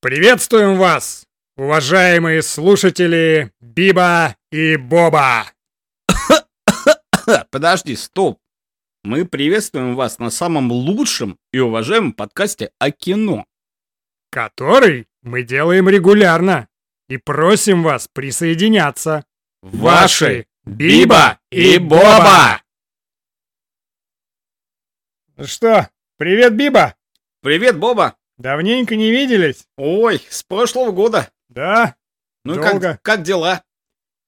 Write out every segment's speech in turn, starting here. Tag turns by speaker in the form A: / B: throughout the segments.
A: Приветствуем вас, уважаемые слушатели Биба и Боба.
B: Подожди, стоп. Мы приветствуем вас на самом лучшем и уважаемом подкасте о кино.
A: который мы делаем регулярно и просим вас присоединяться.
B: Ваши Биба и Боба!
A: Ну что, привет, Биба!
B: Привет, Боба!
A: Давненько не виделись?
B: Ой, с прошлого года.
A: Да?
B: Ну и
A: Долго.
B: как, как дела?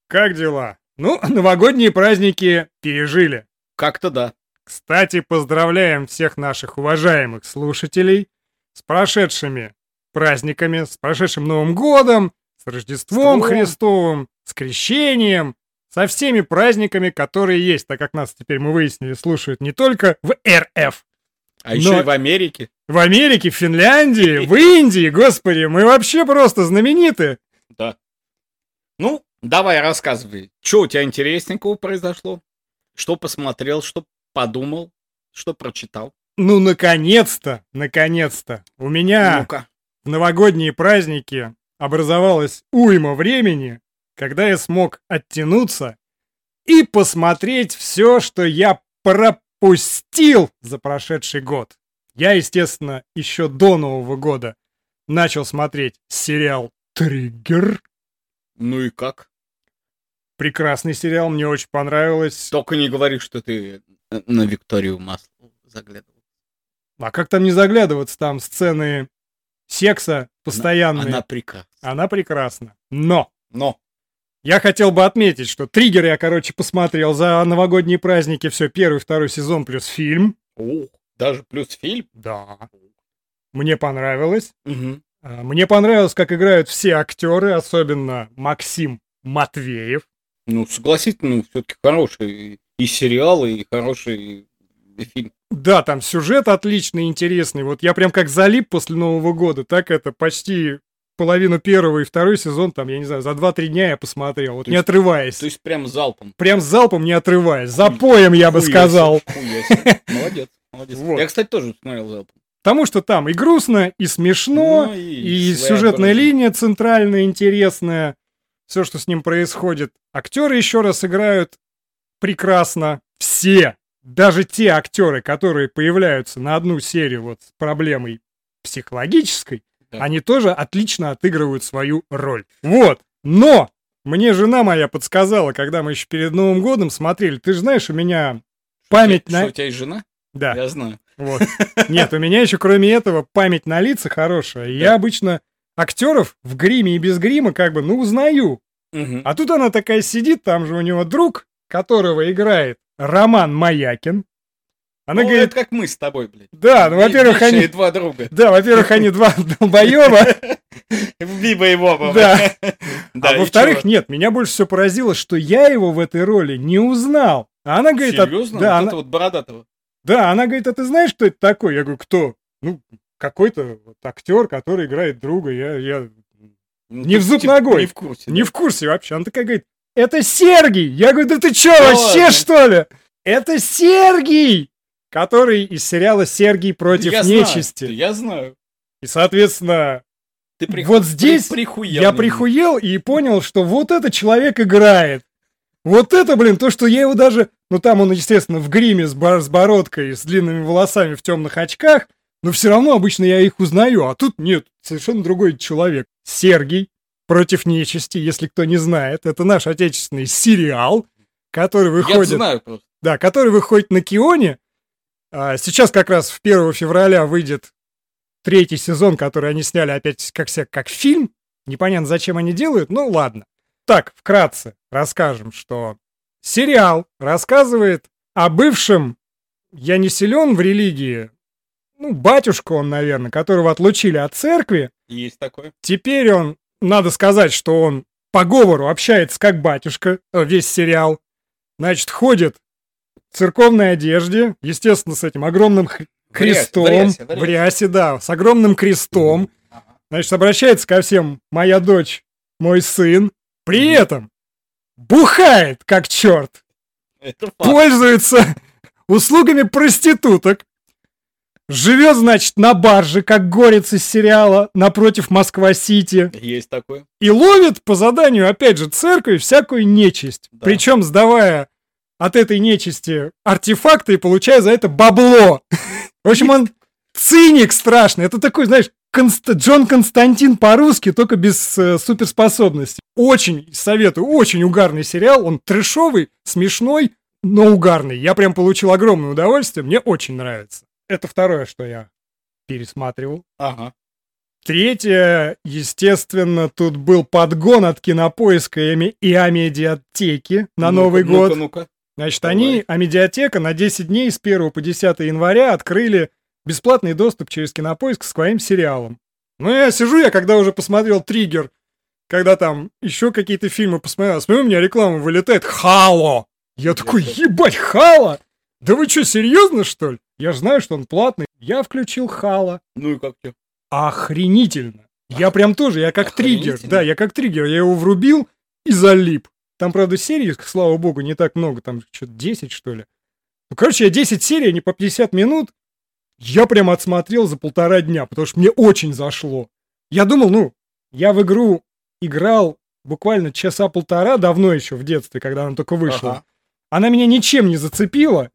A: Как дела? Ну, новогодние праздники пережили.
B: Как-то да.
A: Кстати, поздравляем всех наших уважаемых слушателей с прошедшими праздниками, с прошедшим Новым Годом, с Рождеством
B: С Новым.
A: Христовым, с Крещением, со всеми праздниками, которые есть, так как нас теперь, мы выяснили, слушают не только в РФ,
B: А еще
A: Но-
B: и в Америке.
A: в Америке, в Финляндии, в Индии, господи, мы вообще просто знамениты.
B: Да. Ну, давай рассказывай. Что у тебя интересненького произошло? Что посмотрел, что подумал, что прочитал?
A: Ну, наконец-то, наконец-то. У меня...
B: Ну-ка.
A: в новогодние праздники образовалась уйма времени, когда я смог оттянуться и посмотреть все, что я пропустил за прошедший год. Я, естественно, еще до Нового года начал смотреть сериал «Триггер».
B: Ну и как?
A: Прекрасный сериал, мне очень понравилось.
B: Только не говори, что ты э, на Викторию Маслову заглядывал.
A: А как там не заглядываться, там сцены секса постоянные.
B: Она прекрасна.
A: она прекрасна. Но
B: Но
A: Я хотел бы отметить, что триггер я, короче, посмотрел за новогодние праздники. Все, первый, второй сезон плюс фильм.
B: Ух, даже плюс фильм.
A: Да. Мне понравилось. А, Мне понравилось, как играют все актеры, особенно Максим Матвеев.
B: Ну, согласись, ну, все-таки хороший и сериал, и хороший и фильм.
A: Да, там сюжет отличный, интересный. Вот я прям как залип после Нового года, так это почти половину первого и второй сезон, там, я не знаю, за 2-3 дня я посмотрел, вот
B: То
A: не
B: есть-
A: отрываясь.
B: То есть прям залпом.
A: Прям залпом не отрываясь, запоем, я бы
B: Хуя
A: сказал.
B: себе, хуя себе. Молодец, молодец.
A: Вот.
B: Я, кстати, тоже смотрел залпом.
A: Потому что там и грустно, и смешно,
B: Ну
A: и
B: своеобразно.
A: сюжетная линия центральная, интересная. Все, что с ним происходит. Актеры еще раз играют прекрасно. Все. Даже те актеры, которые появляются на одну серию вот с проблемой психологической,
B: Да.
A: они тоже отлично отыгрывают свою роль. Вот. Но мне жена моя подсказала, когда мы еще перед Новым годом смотрели, ты же знаешь, у меня память
B: Что,
A: на...
B: у тебя есть жена?
A: Да.
B: Я знаю.
A: Вот. Нет, у меня еще, кроме этого, память на лица хорошая. И Я
B: Да.
A: обычно актеров в гриме и без грима как бы, ну, узнаю.
B: Мгм.
A: А тут она такая сидит, там же у него друг, которого играет Роман Маякин. Она
B: Ну,
A: говорит,
B: это как мы с тобой, блядь.
A: да, ну, во-первых,
B: Вечные
A: они...
B: два друга.
A: Да, во-первых, они два долбоеба,
B: Биба и Боба.
A: Да.
B: Да,
A: а
B: и
A: во-вторых,
B: чё?
A: нет, меня больше всего поразило, что я его в этой роли не узнал. А она говорит, а-
B: Серьезно?
A: да,
B: Вот
A: она-
B: это вот бородатого.
A: Да, она говорит, а ты знаешь, кто это такой? Я говорю, кто? Ну, какой-то вот актер, который играет друга. Я, я
B: Ну,
A: Не
B: ты,
A: в зуб
B: типа,
A: ногой.
B: Не в курсе.
A: не
B: да?
A: в курсе вообще. Она такая говорит, это Сергий. Я говорю, да ты чё,
B: Да
A: вообще
B: ладно?
A: что ли? Это Сергий, который из сериала «Сергий против
B: Я знаю,
A: нечисти».
B: Я знаю.
A: И, соответственно,
B: Ты прих-
A: Вот здесь
B: при- прихуел
A: я
B: на
A: прихуел и понял, что вот этот человек играет. Вот это, блин, то, что я его даже... Ну, там он, естественно, в гриме с, бор- с бородкой, с длинными волосами, в темных очках. Но все равно обычно я их узнаю, а тут нет, совершенно другой человек. Сергий против нечисти, если кто не знает. Это наш отечественный сериал, который
B: меня. Я
A: выходит...
B: знаю просто.
A: Да, который выходит на Кионе. А, Сейчас как раз в 1 февраля выйдет третий сезон, который они сняли опять как, ся- как фильм. Непонятно, зачем они делают, ну ладно. Так, вкратце расскажем, что сериал рассказывает о бывшем, я не силен в религии, ну, батюшку он, наверное, которого отлучили от церкви,
B: Есть такое.
A: Теперь он, надо сказать, что он по говору общается как батюшка, э, весь сериал. Значит, ходит в церковной одежде, естественно, с этим огромным хр- крестом,
B: В рясе, в
A: в
B: рясе.
A: рясе, да, с огромным крестом.
B: Ага.
A: Значит, обращается ко всем «моя дочь, мой сын», при этом бухает как черт
B: Это факт.
A: пользуется услугами проституток, Живет, значит, на барже, как горец из сериала, напротив Москва-Сити.
B: Есть такое.
A: И ловит по заданию, опять же, церкви всякую нечисть.
B: Да.
A: Причем сдавая от этой нечисти артефакты и получая за это бабло. В общем, он циник страшный. Это такой, знаешь, Конст- Джон Константин по-русски, только без э, суперспособностей. Очень советую, очень угарный сериал. Он трешовый, смешной, но угарный. Я прям получил огромное удовольствие, мне очень нравится. Это второе, что я пересматривал.
B: Ага.
A: Третье, естественно, тут был подгон от кинопоиска и Ами- и Амедиатеки на
B: Ну-ка,
A: Новый год.
B: Ну-ка, ну-ка.
A: Значит,
B: Давай.
A: они, а медиатека на 10 дней с 1 по 10 января открыли бесплатный доступ через кинопоиск к своим сериалам. Ну, я сижу, я когда уже посмотрел «Триггер», когда там еще какие-то фильмы посмотрел, а смотрю, у меня реклама вылетает «Хало». Я такой, ебать, «Хало»? Да вы что, серьезно, что ли? Я же знаю, что он платный. Я включил «Хало».
B: Ну и как тебе?
A: Охренительно. Я прям тоже, я как триггер.
B: Охренительно.
A: Да, я как триггер. Я его врубил и залип. Там, правда, серий, слава богу, не так много. Там что-то 10, что ли. Ну, короче, я 10 серий, они по 50 минут. Я прям отсмотрел за полтора дня, потому что мне очень зашло. Я думал, ну, я в игру играл буквально часа полтора давно еще в детстве, когда она только вышла.
B: Ага.
A: Она меня ничем не зацепила.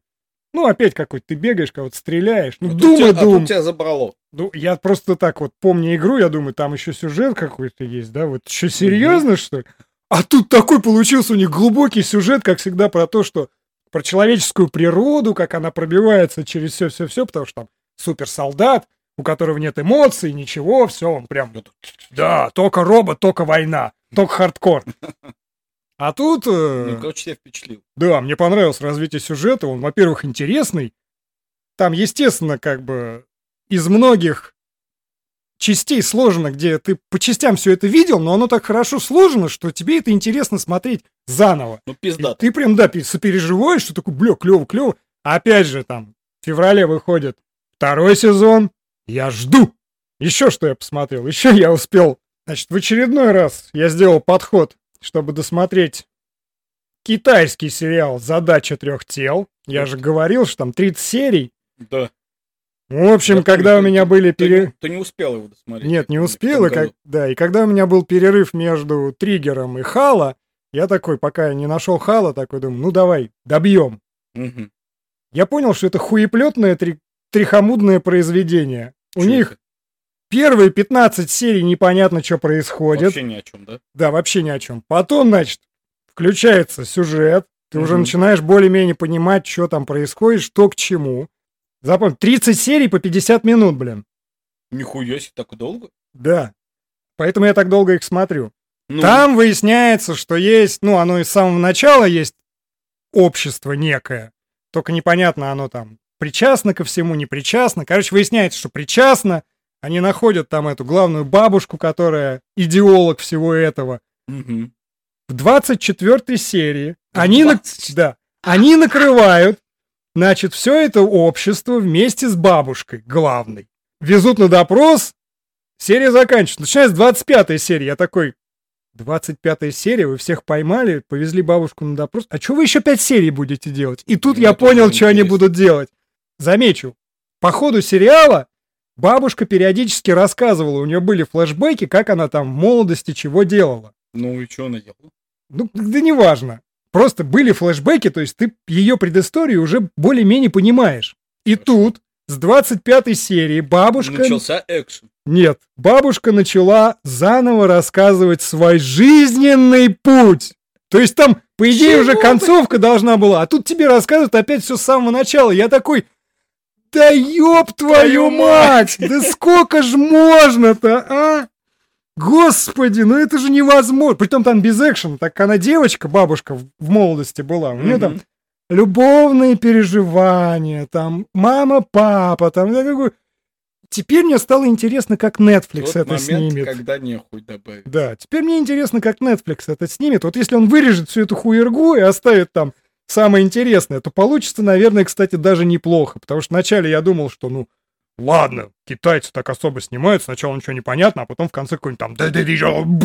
A: Ну, опять какой-то ты бегаешь, кого-то стреляешь. Ну,
B: А тут
A: дума,
B: тебя- а тут
A: дум.
B: тебя забрало.
A: Ну, я просто так вот помню игру, я думаю, там еще сюжет какой-то есть, да? Вот еще серьезно, что ли? А тут такой получился у них глубокий сюжет, как всегда, про то, что про человеческую природу, как она пробивается через все-все-все, потому что там суперсолдат, у которого нет эмоций, ничего, все, он прям вот, да, только робот, только война, только хардкор. А тут... э,
B: Ну, короче, тебя впечатлил.
A: да, мне понравилось развитие сюжета. Он, во-первых, интересный. Там, естественно, как бы из многих частей сложено, где ты по частям все это видел, но оно так хорошо сложено, что тебе это интересно смотреть заново.
B: Ну,
A: И
B: пизда.
A: ты прям, да, пи- сопереживаешь, что такой, бля, клево, клево. А опять же, там, в феврале выходит второй сезон. Я жду. Еще что я посмотрел, еще я успел. Значит, в очередной раз я сделал подход, чтобы досмотреть китайский сериал «Задача трех тел». Я же говорил, что там 30 серий.
B: Да.
A: В общем,
B: Да,
A: когда у
B: ты-
A: меня были
B: Ты,
A: пере...
B: ты не успел его досмотреть. Ну,
A: Нет, не
B: В том
A: успел, и
B: году.
A: как... да, и когда у меня был перерыв между триггером и Хала, я такой, пока я не нашел Хала, такой думаю, ну давай, добьем.
B: Мгм.
A: Я понял, что это хуеплетное три... трихомудное произведение. У
B: Чё
A: них
B: это?
A: первые 15 серий непонятно, что происходит.
B: Вообще ни о чем, да?
A: Да, вообще ни о чем. Потом, значит, включается сюжет, ты уже
B: Мгм.
A: начинаешь более-менее понимать, что там происходит, что к чему. Запомни, 30 серий по 50 минут, блин.
B: Нихуя себе, так долго?
A: Да. Поэтому я так долго их смотрю.
B: Ну,
A: Там выясняется, что есть, ну, оно и с самого начала есть общество некое. Только непонятно, оно там причастно ко всему, не причастно. Короче, выясняется, что причастно. Они находят там эту главную бабушку, которая идеолог всего этого.
B: мгм.
A: В 24 серии они, на-
B: 24?
A: да, они накрывают, значит, все это общество вместе с бабушкой главной. Везут на допрос, серия заканчивается. Начинается с 25 серии. Я такой, 25 серия, вы всех поймали, повезли бабушку на допрос. А что вы еще 5 серий будете делать? И тут
B: Ну,
A: я
B: это
A: понял,
B: уже
A: что они
B: интересно.
A: будут делать. Замечу, по ходу сериала бабушка периодически рассказывала, у нее были флешбеки, как она там в молодости чего делала.
B: Ну и что она делала?
A: Ну, да неважно. Просто были флешбеки, то есть ты ее предысторию уже более-менее понимаешь. И тут с 25 серии бабушка...
B: Начался экшен.
A: Нет, бабушка начала заново рассказывать свой жизненный путь. То есть там, по идее,
B: Чего
A: уже
B: вы?
A: концовка должна была, а тут тебе рассказывают опять все с самого начала. Я такой, да ёб твою
B: Твою
A: мать, да сколько ж можно-то, а? Господи, ну это же невозможно. Притом там без экшена, так она девочка, бабушка в в молодости была. У нее там
B: Мгм.
A: любовные переживания, там мама, папа, там я такой. Теперь мне стало интересно, как Netflix
B: Тот
A: это
B: момент,
A: снимет.
B: когда нехуй добавить.
A: Да, теперь мне интересно, как Netflix это снимет. Вот если он вырежет всю эту хуергу и оставит там самое интересное, то получится, наверное, кстати, даже неплохо. Потому что вначале я думал, что, ну, ладно, китайцы так особо снимают, сначала ничего не понятно, а потом в конце какой-нибудь там... «Да-да-да-да-бум».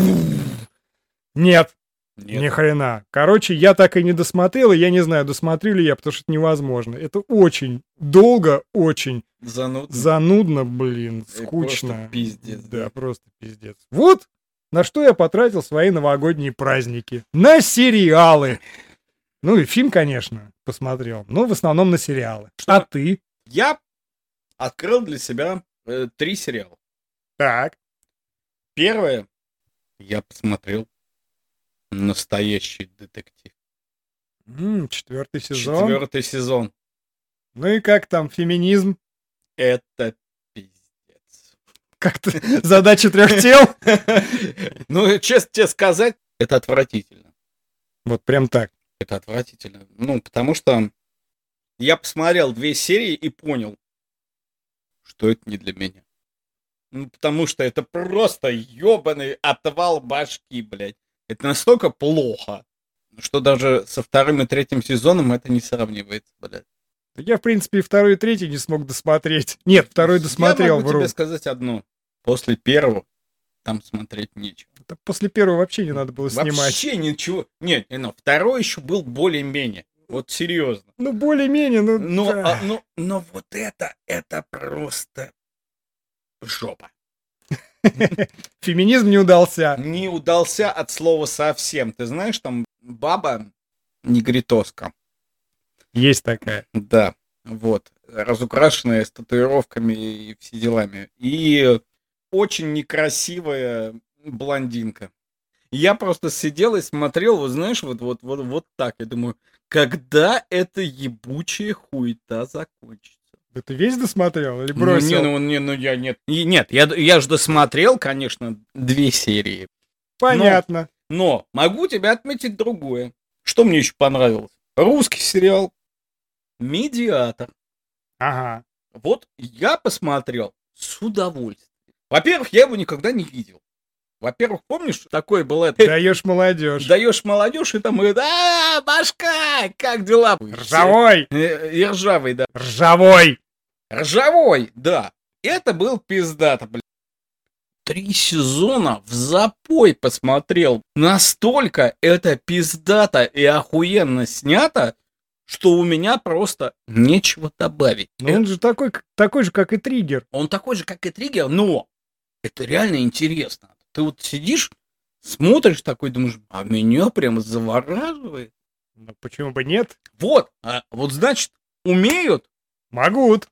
A: Нет,
B: Нет.
A: Ни хрена. Короче, я так и не досмотрел, и я не знаю, досмотрю ли я, потому что это невозможно. Это очень долго, очень
B: Занудно.
A: занудно, блин,
B: И
A: скучно.
B: э, просто пиздец.
A: Да, просто пиздец. Вот на что я потратил свои новогодние праздники. На сериалы. Ну и фильм, конечно, посмотрел, но в основном на сериалы. А ты?
B: Я открыл для себя э, три сериала.
A: Так.
B: Первое, я посмотрел настоящий детектив.
A: М, четвертый сезон.
B: Четвертый сезон.
A: Ну и как там феминизм?
B: Это пиздец.
A: Как-то задача трех тел?
B: Ну, честно тебе сказать, это отвратительно.
A: Вот прям так.
B: Это отвратительно. Ну, потому что я посмотрел две серии и понял, что это не для меня. Ну, потому что это просто ёбаный отвал башки, блядь. Это настолько плохо, что даже со вторым и третьим сезоном это не сравнивается, блядь.
A: Я, в принципе, и второй и третий не смог досмотреть. Нет, второй
B: Я
A: досмотрел,
B: могу
A: вру.
B: тебе сказать одно. После первого там смотреть нечего.
A: Да После первого вообще не надо было снимать.
B: Вообще ничего. Нет, ну, второй еще был более-менее. Вот серьезно.
A: Ну, более-менее, ну...
B: Но,
A: да.
B: а, но, но вот это, это просто жопа.
A: Феминизм не удался.
B: Не удался от слова совсем. Ты знаешь, там баба негритоска.
A: Есть такая.
B: Да, вот. Разукрашенная с татуировками и все делами. И очень некрасивая блондинка. Я просто сидел и смотрел, вот знаешь, вот, вот, вот, вот так. Я думаю, когда эта ебучая хуета закончится?
A: Да Ты весь досмотрел или
B: Ну,
A: бросил?
B: не, ну, не, ну, я нет. И нет, я, д- я же досмотрел, конечно, две серии. ну.
A: Понятно.
B: Но могу тебя отметить другое. Что мне еще понравилось? Русский сериал «Медиатор».
A: Ага.
B: Вот я посмотрел с удовольствием. Во-первых, я его никогда не видел. Во-первых, помнишь, такое было...
A: Даешь молодежь.
B: Даешь молодежь, и там... и, А, башка, как дела?
A: Ржавой!
B: Э, И ржавый, да.
A: Ржавой!
B: Ржавой, да. Это был пиздато, блин. Три сезона в запой посмотрел. Настолько это пиздато и охуенно снято, что у меня просто нечего добавить.
A: Ну, он же такой, к- такой же, как и триггер.
B: Он такой же, как и триггер, но это реально интересно. Ты вот сидишь, смотришь такой, думаешь, а меня прям завораживает.
A: Ну, почему бы нет?
B: Вот, а вот значит, умеют,
A: Могут.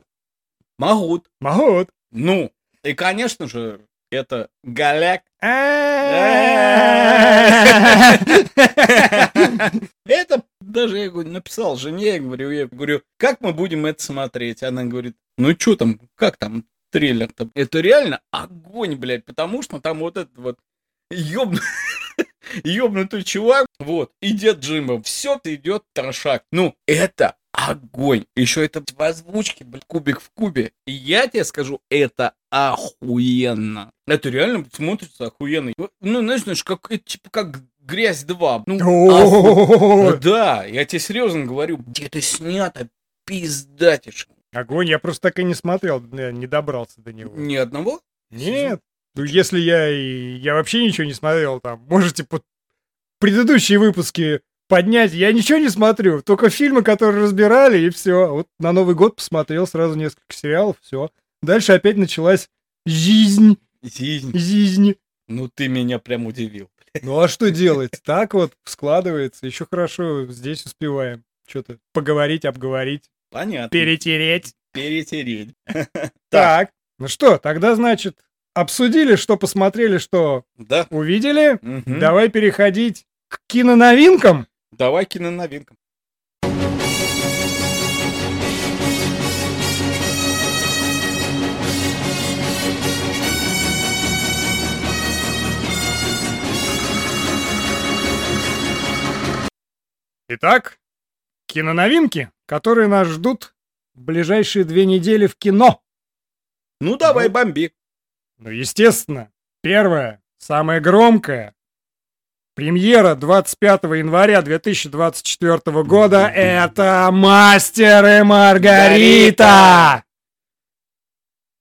B: могут.
A: Могут.
B: Ну, и, конечно же, это голяк. Это даже я говорю, написал жене, я говорю, я говорю, как мы будем это смотреть? Она говорит, ну что там, как там трейлер-то? Это реально огонь, блядь, потому что там вот этот вот ёб- ёбнутый чувак, вот, и дед Джима, все идет трошак. Ну, это огонь. Еще это в озвучке, блядь, кубик в кубе. И я тебе скажу, это охуенно. Это реально смотрится охуенно. Ну, знаешь, знаешь, как, это, типа, как грязь 2. Ну, оху- ну
A: О,
B: да, я тебе серьезно говорю, где это снято, пиздатишь.
A: Огонь, я просто так и не смотрел, я не добрался до него.
B: Ни одного?
A: Нет. Ну, если я и... Я вообще ничего не смотрел там. Можете под предыдущие выпуски поднять. Я ничего не смотрю. Только фильмы, которые разбирали, и все. Вот на Новый год посмотрел сразу несколько сериалов, все. Дальше опять началась жизнь,
B: Зинь,
A: жизнь.
B: Ну ты меня прям удивил.
A: Ну а что делать? Так вот складывается. Еще хорошо здесь успеваем что-то поговорить, обговорить,
B: Понятно.
A: перетереть.
B: Перетереть.
A: Так. Ну что, тогда, значит, обсудили, что посмотрели, что
B: Да.
A: увидели.
B: Мгм.
A: Давай переходить к киноновинкам.
B: Давай киноновинкам.
A: Итак, киноновинки, которые нас ждут в ближайшие две недели в кино.
B: Ну давай,
A: Ну.
B: бомби.
A: Ну, естественно, первое, самое громкое, премьера 25 января 2024 года — это «Мастер и Маргарита».
B: Маргарита!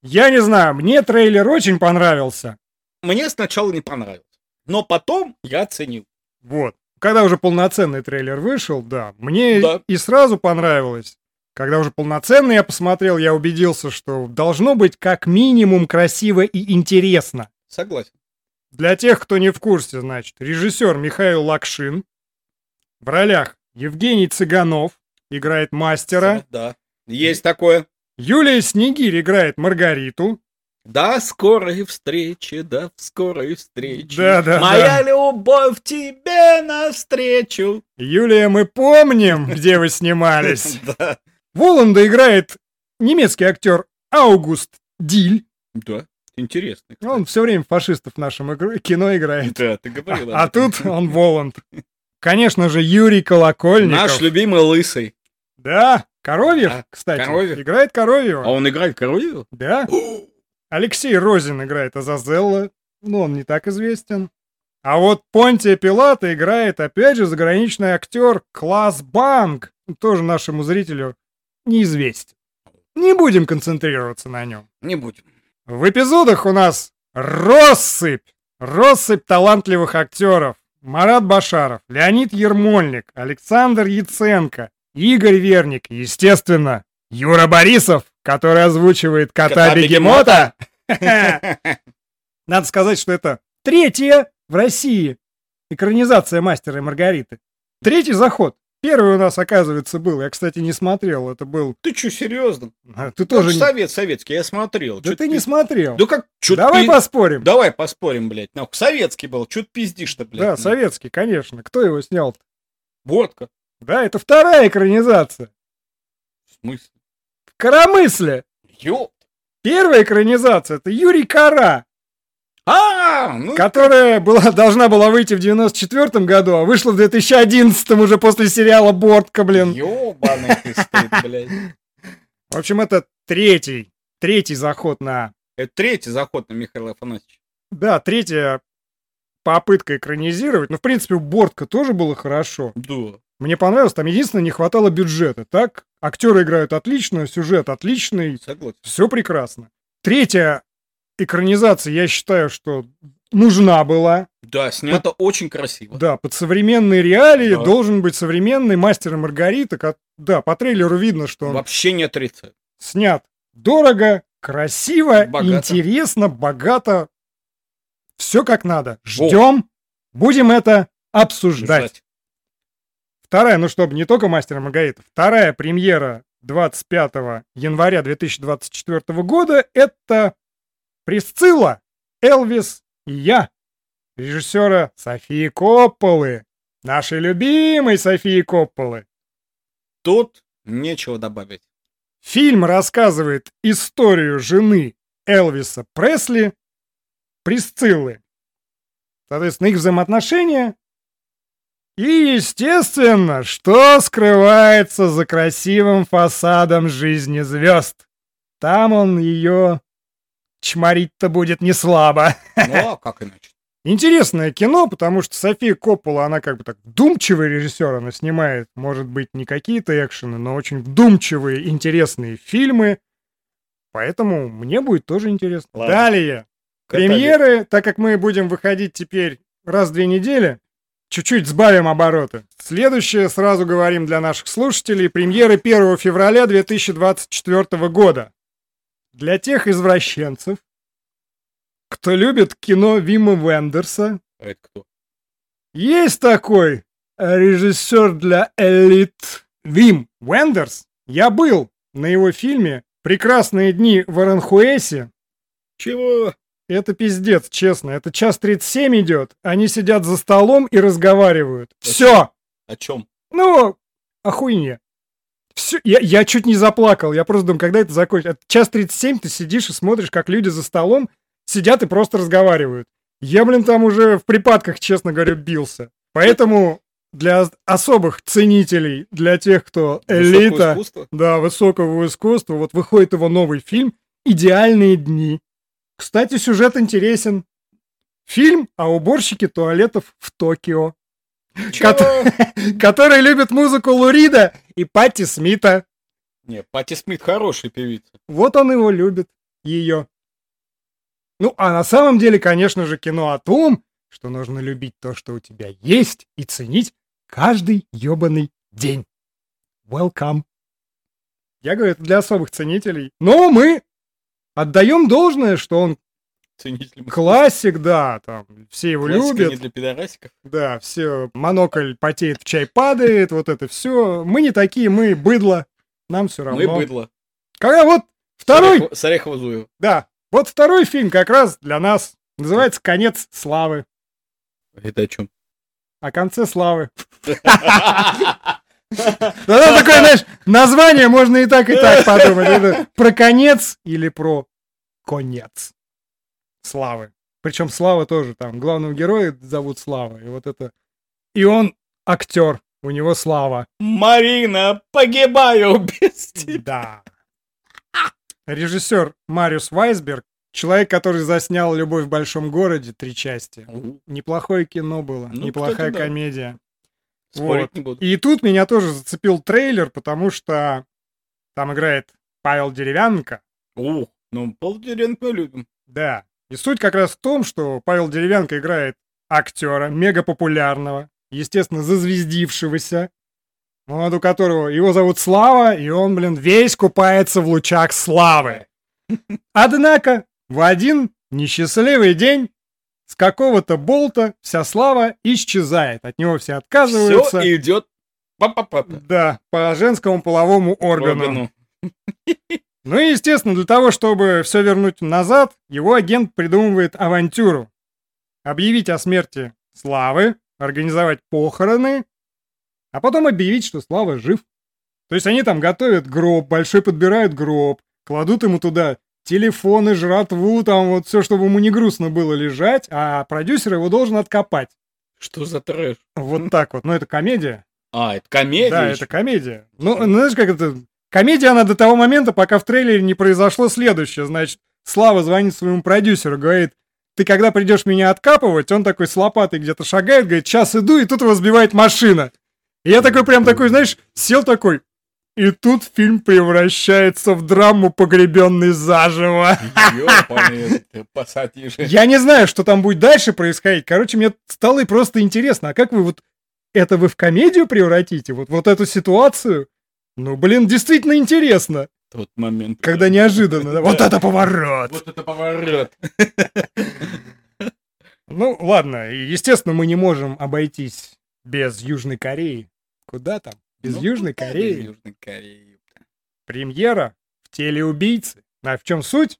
A: Я не знаю, мне трейлер очень понравился.
B: Мне сначала не понравилось. Но потом я оценил.
A: Вот. Когда уже полноценный трейлер вышел, да, мне
B: Да.
A: и сразу понравилось. Когда уже полноценный я посмотрел, я убедился, что должно быть как минимум красиво и интересно.
B: Согласен.
A: Для тех, кто не в курсе, значит, режиссер Михаил Лакшин. В ролях Евгений Цыганов играет мастера.
B: Да. Есть такое.
A: Юлия Снегирь играет Маргариту.
B: До скорой встречи, до скорой встречи.
A: Да, да,
B: Моя любовь тебе навстречу.
A: Юлия, мы помним, где вы снимались.
B: Да.
A: Воланда играет немецкий актер Аугуст Диль.
B: Да, интересно. кстати.
A: Он все время фашистов в нашем игр- кино играет.
B: Да, ты говорил.
A: А
B: об этом.
A: тут он Воланд. Конечно же, Юрий Колокольников.
B: Наш любимый лысый.
A: Да, Коровьев,
B: Да,
A: кстати.
B: Коровьев.
A: Играет Коровьева.
B: А он играет Коровьева?
A: Да. Алексей Розин играет Азазелла, но он не так известен. А вот Понтия Пилата играет, опять же, заграничный актер Класс Банг. Тоже нашему зрителю неизвестен. Не будем концентрироваться на нем.
B: Не будем.
A: В эпизодах у нас россыпь. Россыпь талантливых актеров. Марат Башаров, Леонид Ермольник, Александр Яценко, Игорь Верник, и, естественно, Юра Борисов, который озвучивает кота-бегемота. Надо сказать, что это третья в России экранизация «Мастера и Маргариты». Третий заход. Первый у нас, оказывается, был. Я, кстати, не смотрел. Это был... а,
B: Ты что, серьезно?
A: Ты тоже... не-
B: Совет советский, я смотрел.
A: Да
B: Чё
A: ты не смотрел.
B: Да как? чё ты
A: Давай
B: пи-
A: поспорим.
B: Давай поспорим, блядь. Нахуй. Советский был. Чё ты пиздишь-то, блядь? ну.
A: Да,
B: нахуй?
A: советский, конечно. Кто его снял?
B: Водка.
A: Да, это вторая экранизация.
B: В смысле?
A: В коромысле.
B: Ёп.
A: Первая экранизация это Юрий Кара,
B: А, ну
A: которая была, должна была выйти в 94 году, а вышла в 2011 уже после сериала Бортка, блин.
B: ёбаный ты стыд, блядь.
A: В общем, это третий, третий заход на...
B: Это третий заход на Михаила Афанасьевича.
A: Да, третья попытка экранизировать. Ну, в принципе, у Бортка тоже было хорошо.
B: Да.
A: Мне понравилось, там единственное, не хватало бюджета. Так, актеры играют отлично, сюжет отличный,
B: Согласен.
A: Все прекрасно. Третья экранизация, я считаю, что нужна была.
B: Да, снято очень красиво.
A: Да, под современные реалии
B: Да.
A: должен быть современный мастер и Маргарита. ко- Да, по трейлеру видно, что он
B: Вообще не отрицаю.
A: снят дорого, красиво,
B: Богато.
A: интересно, богато. Все как надо. Ждем. Будем это обсуждать.
B: Ждать.
A: Вторая, ну чтобы не только мастер и Маргарита, вторая премьера 25 января 2024 года это Присцилла, Элвис и я, режиссера Софии Копполы, нашей любимой Софии Копполы.
B: Тут нечего добавить.
A: Фильм рассказывает историю жены Элвиса Пресли, Присциллы. Соответственно, их взаимоотношения. И, естественно, что скрывается за красивым фасадом жизни звезд. Там он ее чморить-то будет не слабо.
B: Ну а как иначе?
A: Интересное кино, потому что София Коппола, она как бы так вдумчивый режиссер, она снимает, может быть, не какие-то экшены, но очень вдумчивые, интересные фильмы. Поэтому мне будет тоже интересно.
B: Ладно.
A: Далее. Премьеры, так как мы будем выходить теперь раз в две недели, чуть-чуть сбавим обороты. Следующее, сразу говорим для наших слушателей, премьеры 1 февраля 2024 года. Для тех извращенцев, кто любит кино Вима Вендерса,
B: А это кто?
A: есть такой э, режиссер для элит Вим Вендерс. Я был на его фильме «Прекрасные дни в Аранхуэсе»,
B: Чего?
A: это пиздец, честно. Это час 37 идет. Они сидят за столом и разговаривают. Все!
B: О чем?
A: Ну, охуйне. Все, я, я чуть не заплакал. Я просто думаю, когда это закончится. Это час 37 ты сидишь и смотришь, как люди за столом сидят и просто разговаривают. Я, блин, там уже в припадках, честно говоря, бился. Поэтому для особых ценителей, для тех, кто элита, да, высокого искусства. Вот выходит его новый фильм «Идеальные дни». Кстати, сюжет интересен. Фильм о уборщике туалетов в Токио,
B: Кот...
A: который любит музыку Лурида и Патти Смита.
B: Не, Пати Смит хорошая певица.
A: Вот он его любит, ее. Ну, а на самом деле, конечно же, кино о том, что нужно любить то, что у тебя есть, и ценить каждый ебаный день. Welcome. Я говорю, это для особых ценителей. Но мы отдаем должное, что он
B: Ценитель мыс-
A: классик, да, там, все его
B: классика
A: любят.
B: не для пидорасиков.
A: Да, все, монокль потеет, в чай падает, вот это все. Мы не такие, мы быдло. Нам все равно.
B: Мы Ну быдло.
A: Когда вот второй,
B: С Орехова Зуева.
A: да, вот второй фильм как раз для нас. Называется «Конец славы».
B: Это о чем?
A: О конце славы. Да там такое, знаешь, название можно и так, и так подумать. Это про конец или про конец славы. Причем Слава тоже там. Главного героя зовут Слава. И вот это... И он актер. У него Слава.
B: Марина, погибаю без тебя.
A: Да. Режиссер Мариус Вайсберг, человек, который заснял «Любовь в большом городе» три части. Неплохое кино было,
B: Ну,
A: неплохая
B: кстати, да.
A: комедия.
B: Спорить
A: Вот.
B: не буду.
A: И тут меня тоже зацепил трейлер, потому что там играет Павел Деревянко.
B: Ух, ну, полдеренку любим.
A: Да. И суть как раз в том, что Павел Деревянко играет актера, мега популярного, естественно, зазвездившегося, вот у которого его зовут Слава, и он, блин, весь купается в лучах славы. Однако, в один несчастливый день с какого-то болта вся слава исчезает. От него все отказываются.
B: Все идет па
A: Да, по женскому половому органу. Ну и, естественно, для того, чтобы все вернуть назад, его агент придумывает авантюру. Объявить о смерти Славы, организовать похороны, а потом объявить, что Слава жив. То есть они там готовят гроб, большой подбирают гроб, кладут ему туда телефоны, жратву, там вот все, чтобы ему не грустно было лежать, а продюсер его должен откопать.
B: Что за трэш?
A: Вот так вот. Но это комедия.
B: А, это комедия?
A: Да,
B: ещё?
A: это комедия. Ну, знаешь, как это... Комедия, она до того момента, пока в трейлере не произошло следующее. Значит, Слава звонит своему продюсеру, говорит, ты когда придешь меня откапывать, он такой с лопатой где-то шагает, говорит, сейчас иду, и тут его сбивает машина. И я такой прям такой, знаешь, сел такой, и тут фильм превращается в драму «Погребенный заживо».
B: Ёпаный ты пассатижи.
A: Я не знаю, что там будет дальше происходить. Короче, мне стало и просто интересно, а как вы вот это вы в комедию превратите? Вот, вот эту ситуацию? Ну, блин, действительно интересно,
B: Тот момент.
A: когда неожиданно. да, Вот
B: Да.
A: это поворот!
B: Вот это поворот.
A: Ну, ладно, и, естественно, мы не можем обойтись без Южной Кореи. Куда там? Без
B: Ну,
A: Южной
B: куда Без
A: Кореи.
B: Южной Кореи.
A: Премьера в теле убийцы. А в чем суть?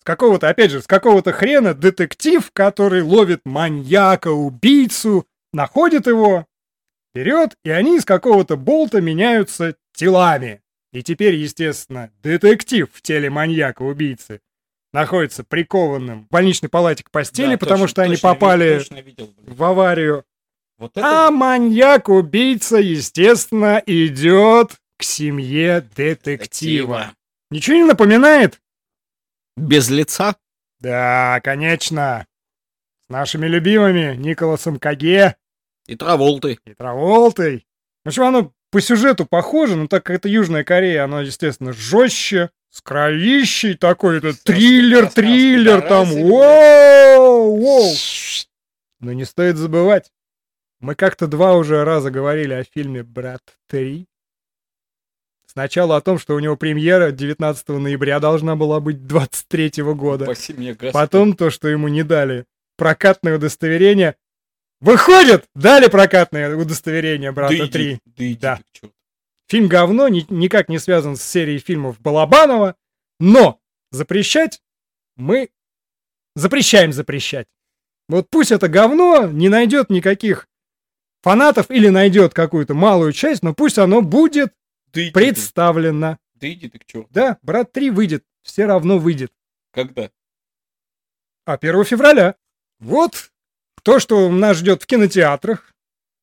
A: С какого-то, опять же, с какого-то хрена детектив, который ловит маньяка, убийцу, находит его, берет, и они из какого-то болта меняются телами. И теперь, естественно, детектив в теле маньяка-убийцы находится прикованным в больничной палате к постели,
B: Да,
A: потому
B: точно,
A: что они
B: точно, я
A: попали
B: точно видел, блин.
A: в аварию.
B: Вот
A: А
B: это...
A: маньяк-убийца, естественно, идет к семье детектива.
B: Детектива.
A: Ничего не напоминает?
B: Без лица?
A: Да, конечно. С нашими любимыми Николасом Каге
B: И траволты.
A: и Траволтой. В общем, оно по сюжету похоже, но так как это Южная Корея, оно, естественно, жестче, с кровищей такой, это
B: Со
A: триллер,
B: спецназа,
A: триллер, там,
B: пидорасы,
A: воу, воу. Но не стоит забывать, мы как-то два уже раза говорили о фильме «Брат 3». Сначала о том, что у него премьера 19 ноября должна была быть 23 года.
B: Спаси меня, Господь.
A: Потом то, что ему не дали прокатное удостоверение. Выходит, дали прокатное удостоверение
B: Да
A: «Брата
B: иди-
A: 3».
B: Да иди
A: Да.
B: ты к чёрту.
A: Фильм говно, ни- никак не связан с серией фильмов Балабанова, но запрещать мы запрещаем запрещать. Вот пусть это говно не найдет никаких фанатов или найдет какую-то малую часть, но пусть оно будет
B: Да иди ты.
A: представлено.
B: Да иди ты к черту.
A: Да, «Брат 3» выйдет, все равно выйдет.
B: Когда?
A: А 1 февраля. Вот то, что нас ждет в кинотеатрах.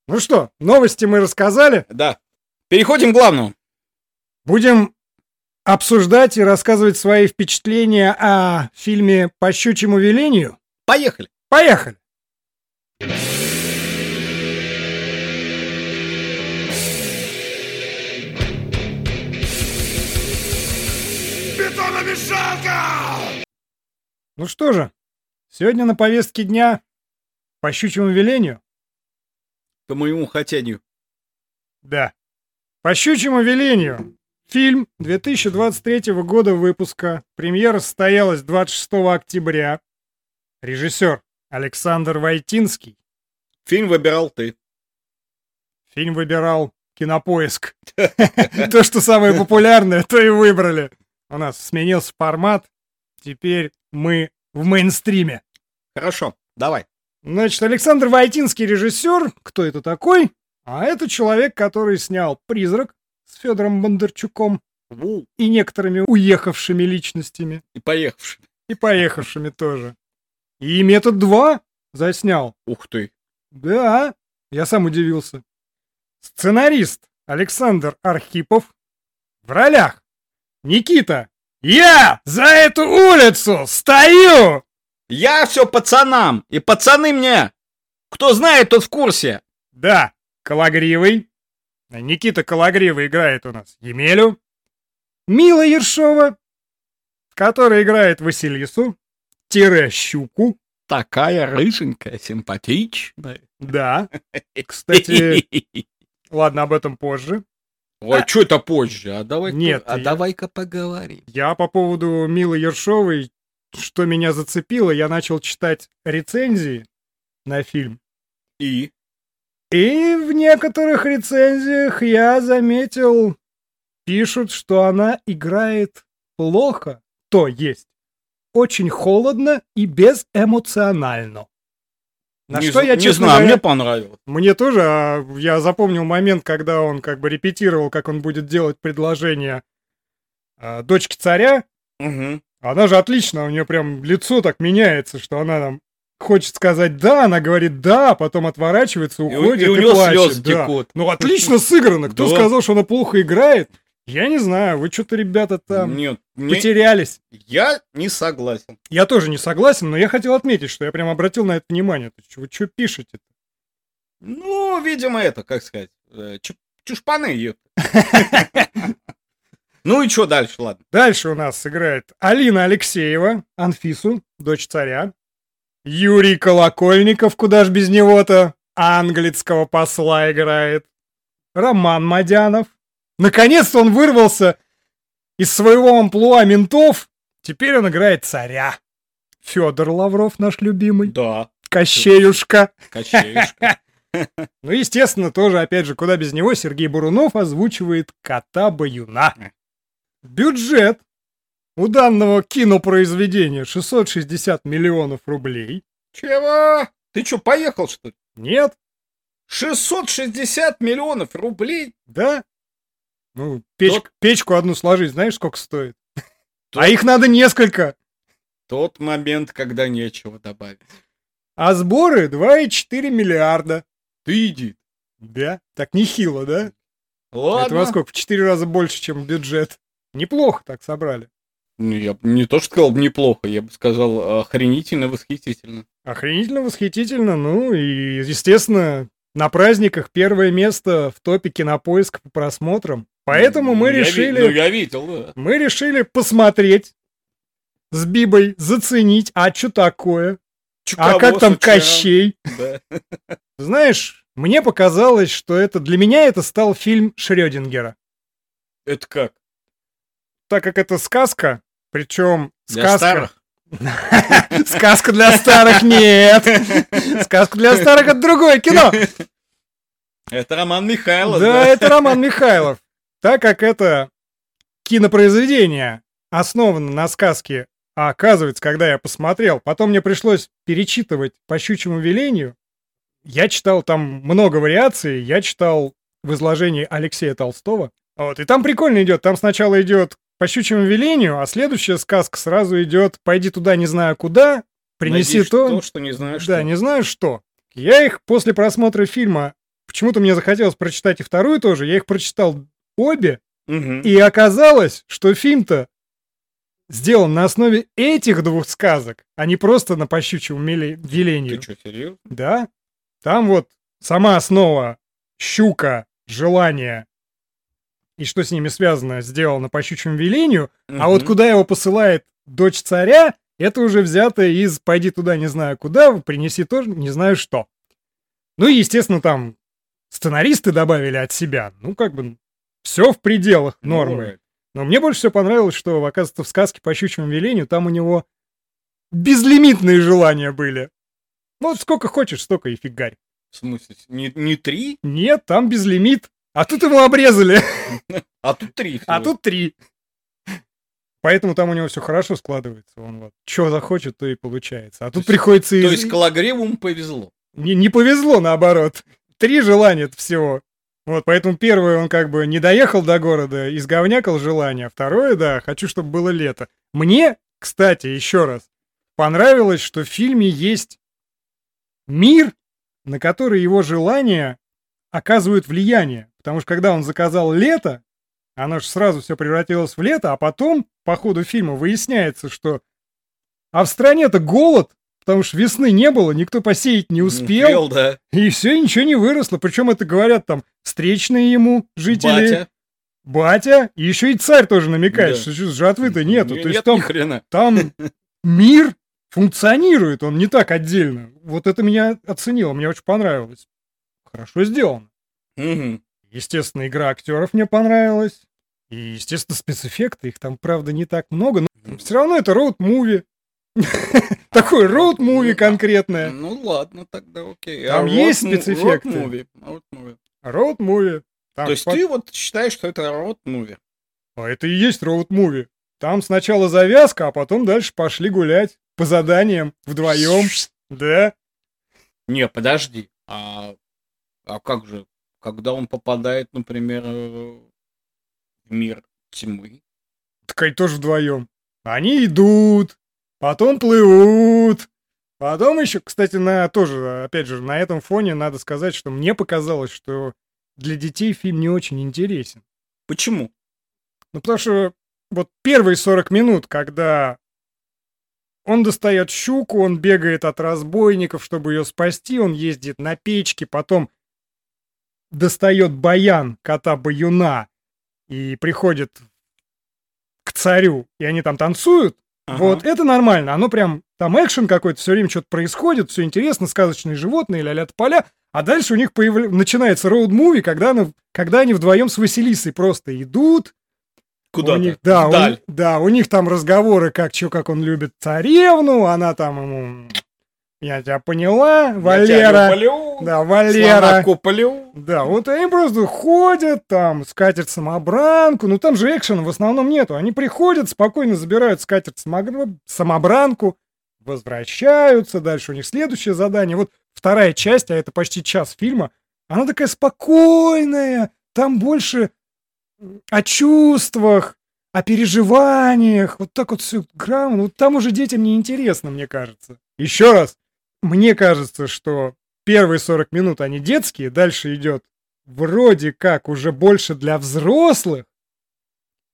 A: Ну что, новости мы рассказали.
B: Да. Переходим к главному.
A: Будем обсуждать и рассказывать свои впечатления о фильме «По щучьему велению».
B: Поехали.
A: Поехали! Ну что же, сегодня на повестке дня По щучьему велению?
B: По моему хотению.
A: Да. По щучьему велению. Фильм 2023 года выпуска. Премьера состоялась 26 октября. Режиссер Александр Войтинский.
B: Фильм выбирал ты.
A: Фильм выбирал кинопоиск. То, что самое популярное, то и выбрали. У нас сменился формат. Теперь мы в мейнстриме.
B: Хорошо, давай.
A: Значит, Александр Войтинский режиссер. Кто это такой? А это человек, который снял «Призрак» с Федором Бондарчуком
B: Ву.
A: и некоторыми уехавшими личностями.
B: И поехавший.
A: И поехавшими тоже. И «Метод 2» заснял.
B: Ух ты.
A: Да, я сам удивился. Сценарист Александр Архипов. В ролях Никита. Я за эту улицу стою!
B: Я все пацанам. И пацаны мне. Кто знает, тот в курсе.
A: Да, Калагривый. Никита Калагривый играет у нас Емелю. Мила Ершова, которая играет Василису, тире Щуку.
B: Такая рыженькая, симпатичная.
A: Да. Кстати, ладно, об этом позже.
B: Ой, что это позже? А давай
A: Нет,
B: а
A: я-
B: давай-ка поговорим.
A: Я по поводу Милы Ершовой, что меня зацепило, я начал читать рецензии на фильм.
B: И
A: И в некоторых рецензиях я заметил, пишут, что она играет плохо, то есть очень холодно и безэмоционально. На
B: не,
A: что
B: зн-
A: я,
B: не
A: честно
B: знаю, а
A: говоря,
B: мне понравилось.
A: Мне тоже, а, я запомнил момент, когда он как бы репетировал, как он будет делать предложение а, дочке царя.
B: Мгм.
A: Она же отлично, у нее прям лицо так меняется, что она там хочет сказать да, она говорит да, а потом отворачивается,
B: И, у-
A: уходит
B: и
A: и,
B: у него
A: плачет.
B: слезы
A: да.
B: текут.
A: Ну отлично сыграно. Кто
B: Да.
A: сказал, что она плохо играет? Я не знаю, вы что-то, ребята, там
B: Нет, не-
A: потерялись.
B: я не согласен.
A: Я тоже не согласен, но я хотел отметить, что я прям обратил на это внимание. То есть Вы что пишете?
B: Ну, видимо, это, как сказать, э, чу- чушпаны её. Ну и что дальше, ладно?
A: Дальше у нас играет Алина Алексеева, Анфису, дочь царя. Юрий Колокольников, куда ж без него-то, английского посла играет. Роман Мадянов. Наконец-то он вырвался из своего амплуа ментов. Теперь он играет царя. Федор Лавров, наш любимый.
B: Да,
A: Кощеюшка.
B: качеюшка.
A: Ну, естественно, тоже, опять же, куда без него, Сергей Бурунов озвучивает кота Баюна. Бюджет у данного кинопроизведения 660 миллионов рублей.
B: Чего? Ты что, поехал, что ли?
A: Нет?
B: 660 миллионов рублей?
A: Да? Ну, печь-
B: Тот-
A: печку одну сложить, знаешь, сколько стоит? А их надо несколько.
B: Тот момент, когда нечего добавить.
A: А сборы 2,4 миллиарда.
B: Ты иди.
A: Да? Так нехило, да? Это во
B: Ладно.
A: сколько? В 4 раза больше, чем бюджет. Неплохо так собрали.
B: Ну, я бы не то, что сказал бы неплохо, я бы сказал охренительно, восхитительно.
A: Охренительно восхитительно. Ну и, естественно, на праздниках первое место в топе кинопоиска по просмотрам. Поэтому мы
B: Я ви-
A: решили,
B: Ну, я видел, да.
A: мы решили посмотреть с Бибой, заценить, а что такое? а
B: Чукавого
A: как там
B: сучара.
A: Кощей?
B: Да.
A: Знаешь, мне показалось, что это для меня это стал фильм Шрёдингера.
B: Это как?
A: Так как это сказка, причем
B: Для
A: сказка...
B: старых?
A: Сказка для старых нет. Сказка для старых это другое кино.
B: Это Роман Михайлов,
A: Да, это Роман Михайлов. Так как это кинопроизведение основано на сказке, а оказывается, когда я посмотрел, потом мне пришлось перечитывать по щучьему велению. Я читал там много вариаций, я читал в изложении Алексея Толстого. Вот, и там прикольно идет. Там сначала идет по щучьему велению, а следующая сказка сразу идет «Пойди туда, не знаю куда, принеси
B: Найди
A: то,
B: то, что не знаешь.
A: да,
B: что.
A: не знаю что. Я их после просмотра фильма, почему-то мне захотелось прочитать и вторую тоже, я их прочитал обе,
B: Мгм.
A: и оказалось, что фильм-то сделан на основе этих двух сказок, а не просто на пощучьем меле- велению.
B: Ты что, серьезно?
A: Да. Там вот сама основа щука, желание и что А с ними связано, сделано по щучьему велению, а вот куда его посылает дочь царя, Это уже взято из «Пойди туда, не знаю куда, принеси тоже, не знаю что». Ну и, естественно, там сценаристы добавили от себя. Ну, как бы, все в пределах
B: Ну,
A: нормы. Но мне больше всего понравилось, что, оказывается, в сказке по щучьему велению там у него безлимитные желания были. Ну, вот сколько хочешь, столько и фигарь.
B: В смысле? Не, не три,
A: Нет, там безлимит. А тут его обрезали,
B: а тут три.
A: а
B: всего.
A: тут три. Поэтому там у него все хорошо складывается. Он вот что захочет, то и получается. А тут
B: есть-
A: приходится...
B: То
A: из-
B: есть Калагревому повезло.
A: не, не повезло, наоборот. Три желания всего. Вот, поэтому первое, он как бы не доехал до города, изговнякал желание. а Второе, да, хочу, чтобы было лето. Мне, кстати, еще раз, понравилось, что в фильме есть мир, на который его желания оказывают влияние. Потому что когда он заказал лето, оно же сразу все превратилось в лето, а потом, по ходу фильма, выясняется, что... А в стране-то голод, потому что весны не было, никто посеять не успел.
B: да.
A: И все, ничего не выросло. Причем это говорят там встречные ему жители.
B: Батя.
A: Батя. И еще и царь тоже намекает,
B: Да.
A: что чё, жатвы-то нету.
B: Не-
A: То есть
B: нет
A: там,
B: ни хрена.
A: там мир функционирует, он не так отдельно. Вот это меня оценило, мне очень понравилось. Хорошо сделано.
B: Мгм.
A: Естественно, игра актеров мне понравилась. И, естественно, спецэффекты. Их там, правда, не так много, но все равно это роуд-муви. Такое роуд-муви конкретное.
B: Ну ладно, тогда окей.
A: Э.
B: А
A: Там
B: road
A: есть
B: mo- road
A: спецэффекты?
B: movie, road movie.
A: Роуд-муви. Там
B: То есть
A: по-
B: ты вот считаешь, что это род муви?
A: А это и есть роуд-муви. Там сначала завязка, а потом дальше пошли гулять по заданиям вдвоем. Да.
B: Не, подожди. А, а как же, когда он попадает, например, э, в мир тьмы?
A: Так они тоже вдвоем. Они идут, потом плывут. Потом еще, кстати, на тоже, опять же, на этом фоне надо сказать, что мне показалось, что для детей фильм не очень интересен.
B: Почему?
A: Ну, потому что вот первые 40 минут, когда он достает щуку, он бегает от разбойников, чтобы ее спасти, он ездит на печке, потом достает баян кота-баюна и приходит к царю, и они там танцуют. Вот это нормально, оно прям, там экшен какой-то, все время что-то происходит, все интересно, сказочные животные, ля-ля поля. А дальше у них появля- начинается роуд-муви, когда, она- когда они вдвоем с Василисой просто идут,
B: Куда
A: у них, да, у, них- да, у них там разговоры, как чё, как он любит царевну, она там ему... Я тебя поняла, Валера. да, Валера.
B: куплю.
A: Да, вот они просто ходят там, скатерть самобранку. Ну там же экшена в основном нету. Они приходят, спокойно забирают скатерть самогра- самобранку, возвращаются, дальше у них следующее задание. Вот вторая часть, а это почти час фильма, она такая спокойная, там больше о чувствах, о переживаниях, вот так вот все грамотно. Вот там уже детям неинтересно, мне кажется. Еще раз, мне кажется, что первые 40 минут они детские, дальше идет вроде как уже больше для взрослых,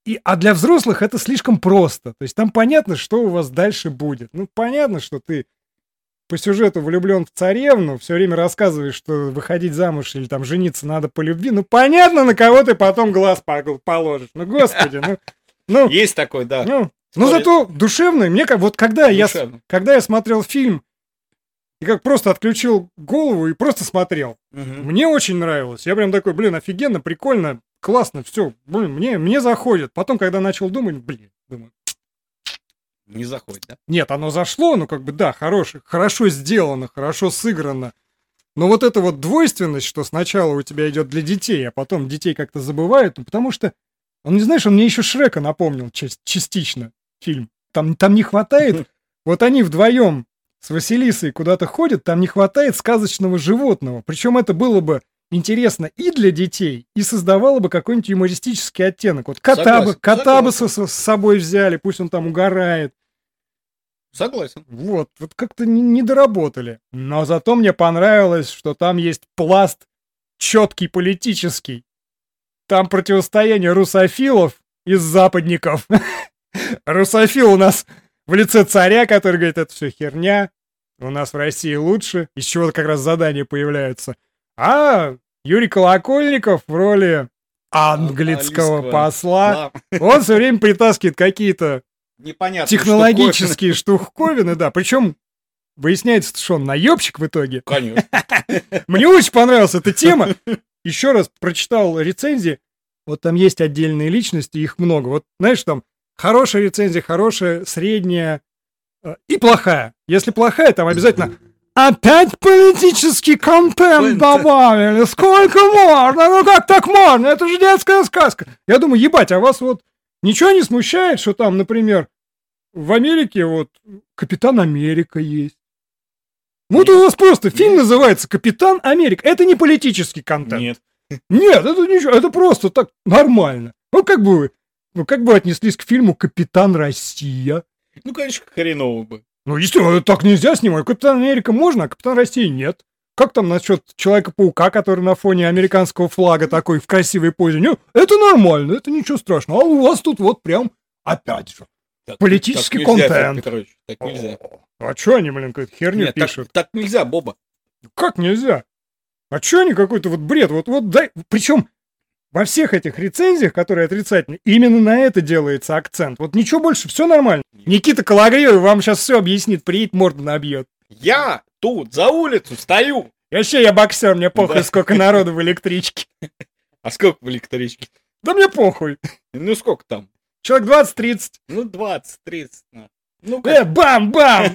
A: и, а для взрослых это слишком просто. То есть там понятно, что у вас дальше будет. Ну, понятно, что ты по сюжету влюблен в царевну, все время рассказываешь, что выходить замуж или там жениться надо по любви. Ну, понятно, на кого ты потом глаз пог- положишь. Ну, господи, ну... Ну,
B: Есть такой, да.
A: ну, ну,
B: Смотри.
A: зато душевный. Мне как вот когда я, с-
B: Душевно.
A: когда я смотрел фильм и как просто отключил голову и просто смотрел,
B: Мгм.
A: мне очень нравилось. Я прям такой, блин, офигенно, прикольно, классно, все, блин, мне, мне заходит. Потом, когда начал думать, блин, думаю,
B: Не заходит, да?
A: нет, оно зашло, ну как бы да, хорош, хорошо сделано, хорошо сыграно. Но вот эта вот двойственность, что сначала у тебя идет для детей, а потом детей как-то забывают, ну потому что, он не знаешь, он мне еще Шрека напомнил часть- частично фильм. Там, там не хватает, вот они вдвоем с Василисой куда-то ходят, там не хватает сказочного животного. Причем это было бы интересно и для детей, и создавало бы какой-нибудь юмористический оттенок. Вот кота бы,
B: Согласен,
A: кота бы со- со- с собой взяли, пусть он там угорает.
B: Согласен.
A: Вот, вот как-то не, не доработали. Но зато мне понравилось, что там есть пласт четкий политический. Там противостояние русофилов и западников. Русофил у нас в лице царя, который говорит, это все херня, у нас в России лучше, из чего как раз задания появляются. А Юрий Колокольников в роли английского
B: Английского.
A: посла.
B: Да.
A: Он все время притаскивает какие-то
B: непонятно.
A: Технологические штуковины, да. Причем выясняется, что он наебщик в итоге.
B: Конечно.
A: Мне очень понравилась эта тема. Еще раз прочитал рецензии. Вот там есть отдельные личности, их много. Вот знаешь, там хорошая рецензия, хорошая, средняя э, и плохая. Если плохая, там обязательно опять политический контент
B: Контент.
A: добавили. Сколько можно? Ну как так можно? Это же детская сказка. Я думаю, ебать, а вас вот ничего не смущает, что там, например, в Америке вот Капитан Америка есть. Вот у вас просто фильм
B: Нет.
A: называется Капитан Америка. Это не политический контент.
B: Нет.
A: Нет, это ничего, это просто так нормально. Ну как бы вы, ну как бы вы отнеслись к фильму Капитан Россия?
B: Ну, конечно, хреново бы.
A: Ну естественно, так нельзя снимать. Капитан Америка можно, а Капитан России нет. Как там насчет Человека-паука, который на фоне американского флага такой в красивой позе? Ну, это нормально, это ничего страшного. А у вас тут вот прям опять же.
B: Так-
A: Политический
B: так нельзя, Федор
A: контент.
B: Петрович, так нельзя.
A: А что они, блин, какую-то херню
B: Нет, так,
A: пишут?
B: так нельзя, Боба.
A: Как нельзя? А чё они какой-то вот бред? Вот, вот дай... Причем во всех этих рецензиях, которые отрицательные, именно на это делается акцент. Вот ничего больше, все нормально. Никита Калагриев вам сейчас все объяснит, приедет, морду набьет.
B: Я тут за улицу стою.
A: И Вообще я боксер, мне похуй,
B: Да.
A: сколько народу в электричке.
B: А сколько в электричке?
A: Да мне похуй.
B: Ну, сколько там?
A: Человек 20-30.
B: Ну, 20-30. на. Ну, как,
A: Э, бам-бам!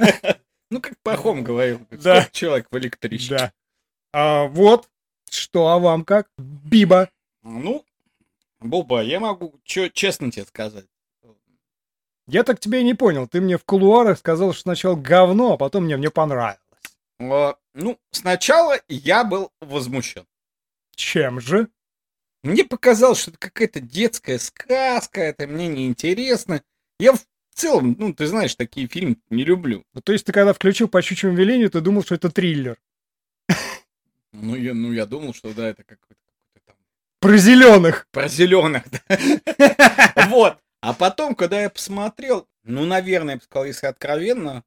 B: ну, как Пахом говорил.
A: Да.
B: Сколько человек в электричке?
A: Да. А вот, что, а вам как? Биба.
B: Ну, Боба, я могу чё- честно тебе сказать.
A: Я так тебя и не понял. Ты мне в кулуарах сказал, что сначала говно, а потом мне, мне понравилось.
B: А, Ну, сначала я был возмущен.
A: Чем же?
B: Мне показалось, что это какая-то детская сказка, это мне неинтересно. Я в целом, ну, ты знаешь, такие фильмы не люблю.
A: Ну, то есть ты когда включил по щучьему велению, ты думал, что это триллер.
B: Ну, я, ну, я думал, что да, это какой-то какой-то там
A: Про зеленых.
B: про зеленых, Вот. А потом, когда я посмотрел, ну, наверное, я бы сказал, если откровенно,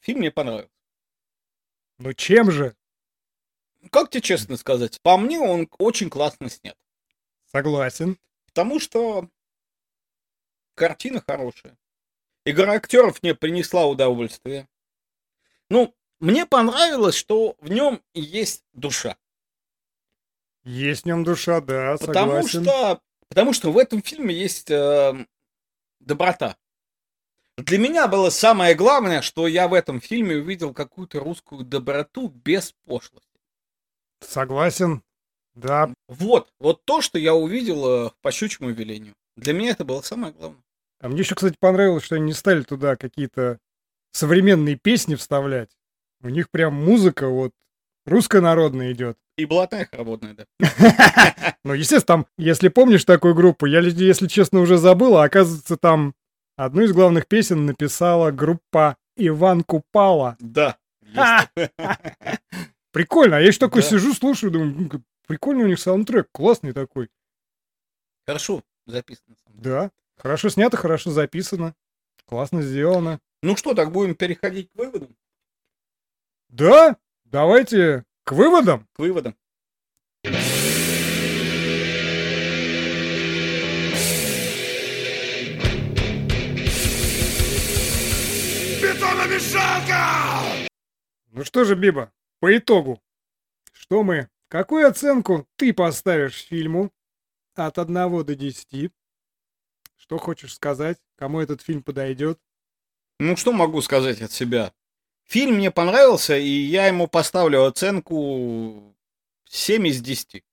B: фильм мне понравился.
A: Ну чем же?
B: Как тебе честно сказать, по мне он очень классно снят.
A: Согласен.
B: Потому что картина хорошая. Игра актеров мне принесла удовольствие. Ну, мне понравилось, что в нем есть душа.
A: Есть в нем душа, да,
B: Потому
A: согласен.
B: что, потому что в этом фильме есть э, доброта. Для меня было самое главное, что я в этом фильме увидел какую-то русскую доброту без пошлости.
A: Согласен. Да,
B: Вот, вот то, что я увидел э, по щучьему велению. Для меня это было самое главное.
A: А мне еще, кстати, понравилось, что они не стали туда какие-то современные песни вставлять. У них прям музыка вот русская народная идет.
B: И блатная хороводная, да.
A: Ну, естественно, там, если помнишь такую группу, я, если честно, уже забыл, а оказывается, там одну из главных песен написала группа Иван Купала.
B: Да.
A: Ха!
B: есть.
A: Прикольно. А я еще такой
B: Да.
A: сижу, слушаю, думаю, «М, как прикольный у них саундтрек, классный такой.
B: Хорошо записано.
A: Да, хорошо снято, хорошо записано, классно сделано.
B: Ну что, так будем переходить к выводам?
A: Да, давайте к выводам.
B: К выводам.
A: Ну что же, Биба, по итогу, что мы, какую оценку ты поставишь фильму от 1 до 10? Что хочешь сказать? Кому этот фильм подойдет?
B: Ну что могу сказать от себя? Фильм мне понравился, и я ему поставлю оценку 7 из 10.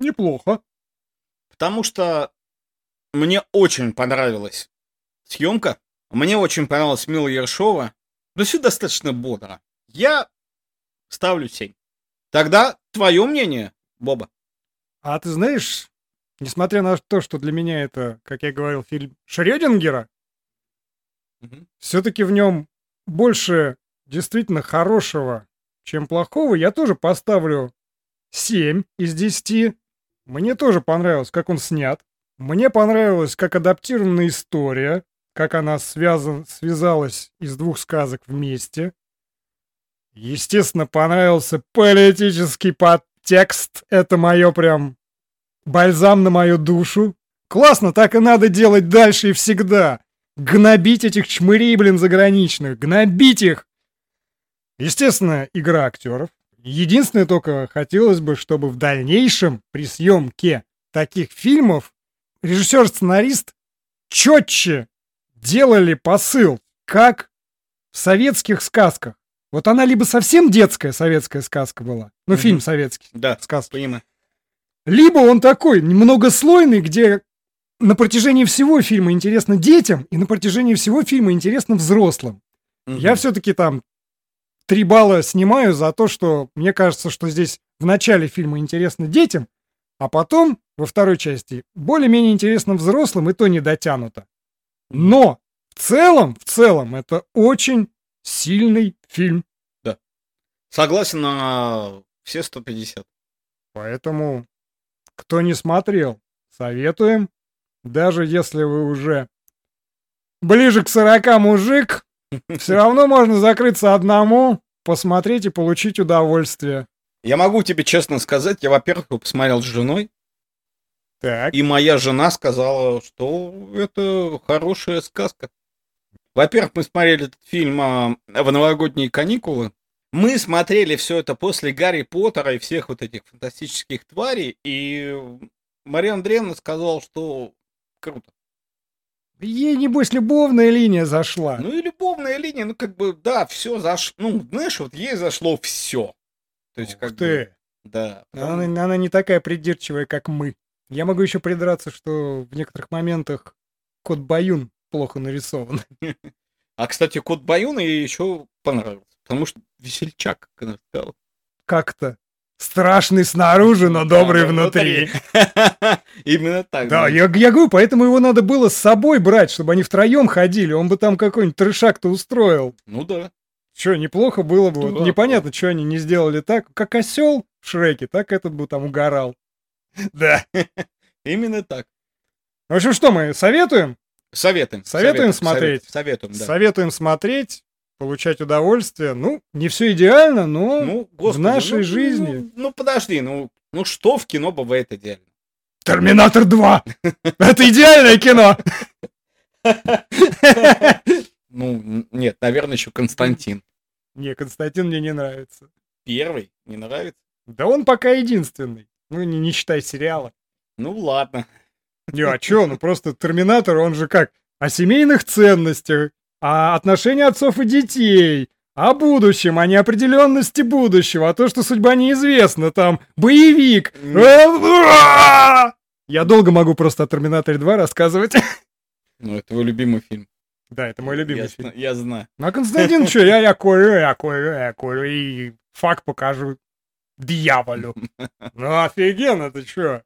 A: Неплохо.
B: Потому что мне очень понравилась съемка. Мне очень понравилась Мила Ершова. Но все достаточно бодро. Я ставлю 7. Тогда твое мнение, Боба.
A: А ты знаешь, несмотря на то, что для меня это, как я говорил, фильм Шрёдингера, все-таки в нем больше действительно хорошего, чем плохого. Я тоже поставлю 7 из 10. Мне тоже понравилось, как он снят. Мне понравилось, как адаптирована история, как она связан, связалась из двух сказок вместе. Естественно, понравился политический подтекст. Это мое прям бальзам на мою душу. Классно, так и надо делать дальше и всегда. Гнобить этих чмырей, блин, заграничных. Гнобить их. Естественно, игра актеров. Единственное только хотелось бы, чтобы в дальнейшем при съемке таких фильмов режиссер-сценарист четче делали посыл, как в советских сказках. Вот она либо совсем детская советская сказка была, ну
B: Мгм.
A: фильм советский,
B: Да,
A: сказка,
B: понимаю.
A: либо он такой многослойный, где на протяжении всего фильма интересно детям, и на протяжении всего фильма интересно взрослым. Я
B: Мгм.
A: все-таки там три балла снимаю за то, что мне кажется, что здесь в начале фильма интересно детям, а потом во второй части более-менее интересно взрослым, и то не дотянуто. Но в целом, в целом, это очень сильный фильм.
B: Согласен на все 150.
A: Поэтому, кто не смотрел, советуем. Даже если вы уже ближе к 40 мужик, все равно можно закрыться одному, посмотреть и получить удовольствие.
B: Я могу тебе честно сказать, я, во-первых, его посмотрел с женой,
A: Так,
B: и моя жена сказала, что это хорошая сказка. Во-первых, мы смотрели этот фильм а, в новогодние каникулы. Мы смотрели все это после Гарри Поттера и всех вот этих фантастических тварей, и Мария Андреевна сказала, что круто.
A: ей, небось, любовная линия зашла.
B: Ну и любовная линия, ну как бы, да, все зашло. Ну, знаешь, вот ей зашло все. То есть,
A: Ух
B: как бы,
A: ты.
B: да.
A: Она, она не такая придирчивая, как мы. Я могу еще придраться, что в некоторых моментах кот Баюн плохо нарисован.
B: А, кстати, Кот Баюна ей еще понравился, потому что весельчак, как она сказала.
A: Как-то страшный снаружи, но добрый
B: Да,
A: внутри.
B: Именно так.
A: Да, я, я говорю, поэтому его надо было с собой брать, чтобы они втроем ходили. Он бы там какой-нибудь трешак-то устроил.
B: Ну да.
A: Че, неплохо было бы. Вот
B: Да.
A: непонятно, что они не сделали так. Как осел в Шреке, так этот бы там угорал.
B: Да. Именно так.
A: В общем, что мы советуем?
B: Советуем.
A: Советуем
B: совет-
A: смотреть?
B: Советуем, да.
A: Советуем смотреть, получать удовольствие. Ну, не все идеально, но...
B: Ну, господи,
A: нашей
B: ну,
A: жизни.
B: Ну, ну, подожди, ну, ну что в кино бывает идеально?
A: Терминатор 2! Это идеальное кино!
B: Ну, н- нет, наверное, еще Константин.
A: Не, Константин мне не нравится.
B: Первый не нравится?
A: Да он пока единственный. Ну, не, не считай сериала.
B: Ну, ладно.
A: Не, а чё, ну просто Терминатор, он же как о семейных ценностях, о отношении отцов и детей, о будущем, о неопределенности будущего, а то, что судьба неизвестна, там, боевик. Э, а! Я долго могу просто о Терминаторе 2 рассказывать.
B: Ну, это его любимый фильм.
A: Да, это мой любимый
B: я,
A: фильм.
B: зна- Я знаю.
A: Ну, а Константин, что, я, я курю, я курю, я курю, и факт покажу дьяволю. Ну, офигенно, ты чё?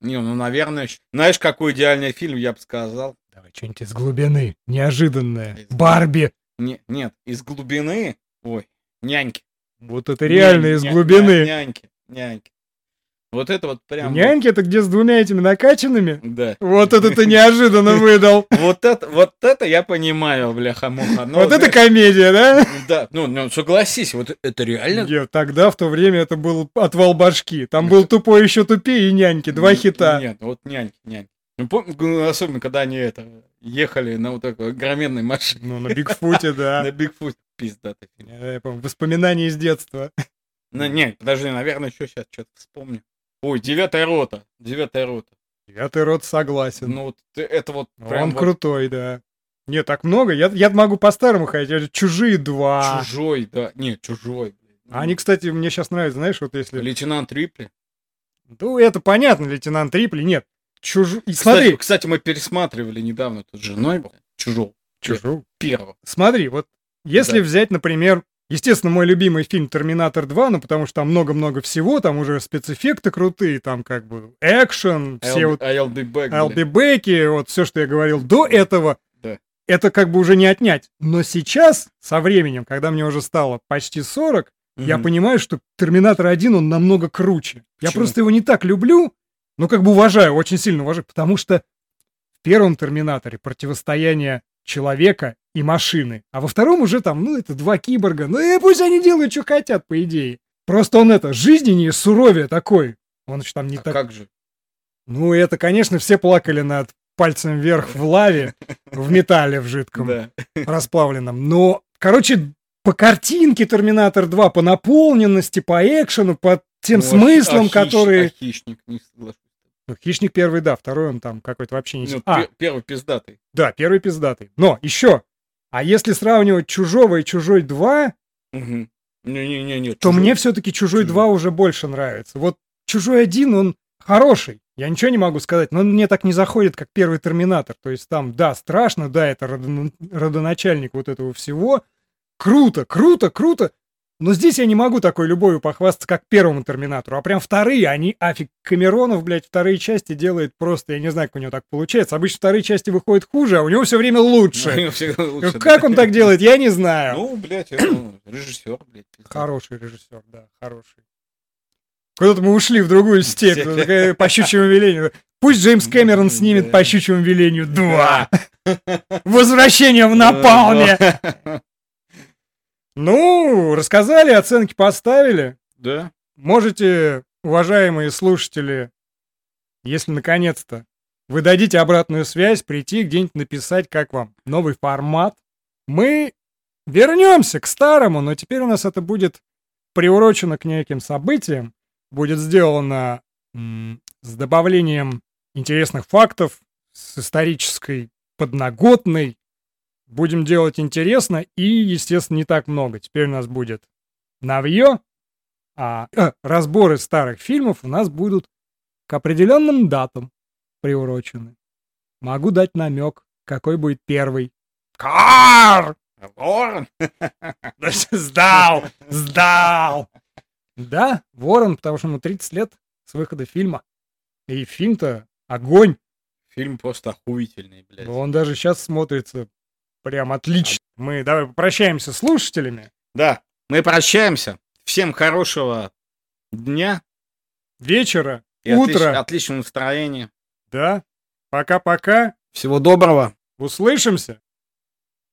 B: Не, ну, наверное, щ- знаешь, какой идеальный фильм, я бы сказал.
A: Давай что-нибудь из глубины, неожиданное.
B: Из-
A: Барби.
B: Не- нет, из глубины. Ой, няньки.
A: Вот это реально
B: Нянь-
A: из
B: ня- ня-
A: глубины.
B: Няньки, няньки. Вот это вот прям.
A: Няньки это где с двумя этими накачанными?
B: вот, Да.
A: Вот это ты неожиданно выдал.
B: Вот это, вот это я понимаю, бляха-муха. но,
A: Вот это
B: Ну, знаешь,
A: комедия, да?
B: Да, ну, ну, согласись, вот это реально...
A: Нет, тогда в то время это был отвал башки. Там был тупой еще тупее и няньки, два
B: Н-
A: хита.
B: Нет, вот няньки, няньки. Ну, пом- ну, особенно, когда они это, ехали на вот такой огроменной машине
A: Ну, на Бигфуте, да.
B: на Бигфут. Пиздатый фильм.
A: Я помню, Воспоминания из детства.
B: Ну, не, подожди, наверное, еще сейчас что-то вспомню. Ой, девятая рота, девятая рота.
A: Пятый рот согласен.
B: Ну, вот ты- это вот прям
A: Он
B: вот
A: крутой, да. Не, так много. Я, я могу по-старому ходить. Я же Чужие два.
B: чужой, да. Не, чужой. блин.
A: А Они, кстати, мне сейчас нравятся, знаешь, вот если...
B: Лейтенант Рипли.
A: Ну, это понятно, лейтенант Рипли, нет. Чужу... и
B: Кстати-
A: Смотри.
B: Кстати, мы пересматривали недавно тут с женой чужого.
A: Чужу.
B: Первого.
A: Смотри, вот если
B: Да.
A: взять, например, естественно, мой любимый фильм «Терминатор 2», ну, потому что там много-много всего, там уже спецэффекты крутые, там как бы экшен, все вот
B: ILD
A: Албибеки, вот все, что я говорил до этого,
B: Да.
A: это как бы уже не отнять. Но сейчас, со временем, когда мне уже стало почти 40, я понимаю, что Терминатор 1, он намного круче. Я
B: Почему?
A: просто его не так люблю, но как бы уважаю, очень сильно уважаю, потому что в первом Терминаторе противостояние человека и машины, а во втором уже там, ну, это два киборга, ну и пусть они делают, что хотят, по идее. Просто он это, жизненнее, суровее такой. Он же там не
B: А
A: так
B: как же?
A: ну, это, конечно, все плакали над пальцем вверх в лаве, в металле в жидком,
B: Да.
A: расплавленном. Но, короче, по картинке «Терминатор 2», по наполненности, по экшену, по тем
B: Ну, а-
A: смыслам,
B: а хищ-
A: которые...
B: а хищник, не соглашусь.
A: Ну, Хищник первый, да, второй он там какой-то вообще не...
B: Ну,
A: а,
B: пе- Первый пиздатый.
A: да, первый пиздатый. Но еще, а если сравнивать «Чужого» и «Чужой 2»,
B: Мгм. Не-не-не-не.
A: то
B: чужой.
A: мне все-таки «Чужой
B: Чужой.
A: 2» уже больше нравится. Вот «Чужой 1», он хороший, я ничего не могу сказать, но он мне так не заходит, как первый «Терминатор». То есть там, да, страшно, да, это родон- родоначальник вот этого всего. Круто, круто, круто. Но здесь я не могу такой любовью похвастаться, как первому Терминатору. А прям вторые, они афиг Камеронов, блядь, вторые части делает просто, я не знаю, как у него так получается. Обычно вторые части выходят хуже, а у него все время лучше.
B: Ну, всегда лучше,
A: Как
B: да.
A: он так делает, я не знаю.
B: Ну, блядь, это, ну, режиссер, блядь. пиздец.
A: Хороший режиссер, да, хороший. Куда-то мы ушли в другую степь,
B: Степь.
A: такая, по щучьему велению. Пусть Джеймс Кэмерон снимет
B: Да.
A: по щучьему велению 2. Возвращение в напалме. Ну, рассказали, оценки поставили.
B: Да.
A: Можете, уважаемые слушатели, если наконец-то вы дадите обратную связь, прийти где-нибудь написать, как вам новый формат. Мы вернемся к старому, но теперь у нас это будет приурочено к неким событиям. Будет сделано м, с добавлением интересных фактов, с исторической подноготной. Будем делать интересно и, естественно, не так много. Теперь у нас будет новье, а э, разборы старых фильмов у нас будут к определенным датам приурочены. Могу дать намек, какой будет первый. Кар!
B: Лорен.
A: Сдал! Сдал! Да, Ворон, потому что ему 30 лет с выхода фильма. И фильм-то огонь.
B: Фильм просто охуительный, блядь.
A: Он даже сейчас смотрится прям отлично. Мы давай попрощаемся с слушателями.
B: Да. Мы прощаемся. Всем хорошего дня
A: Вечера,
B: и
A: утра.
B: отлич- отличного настроения.
A: Да. Пока-пока.
B: Всего доброго.
A: Услышимся.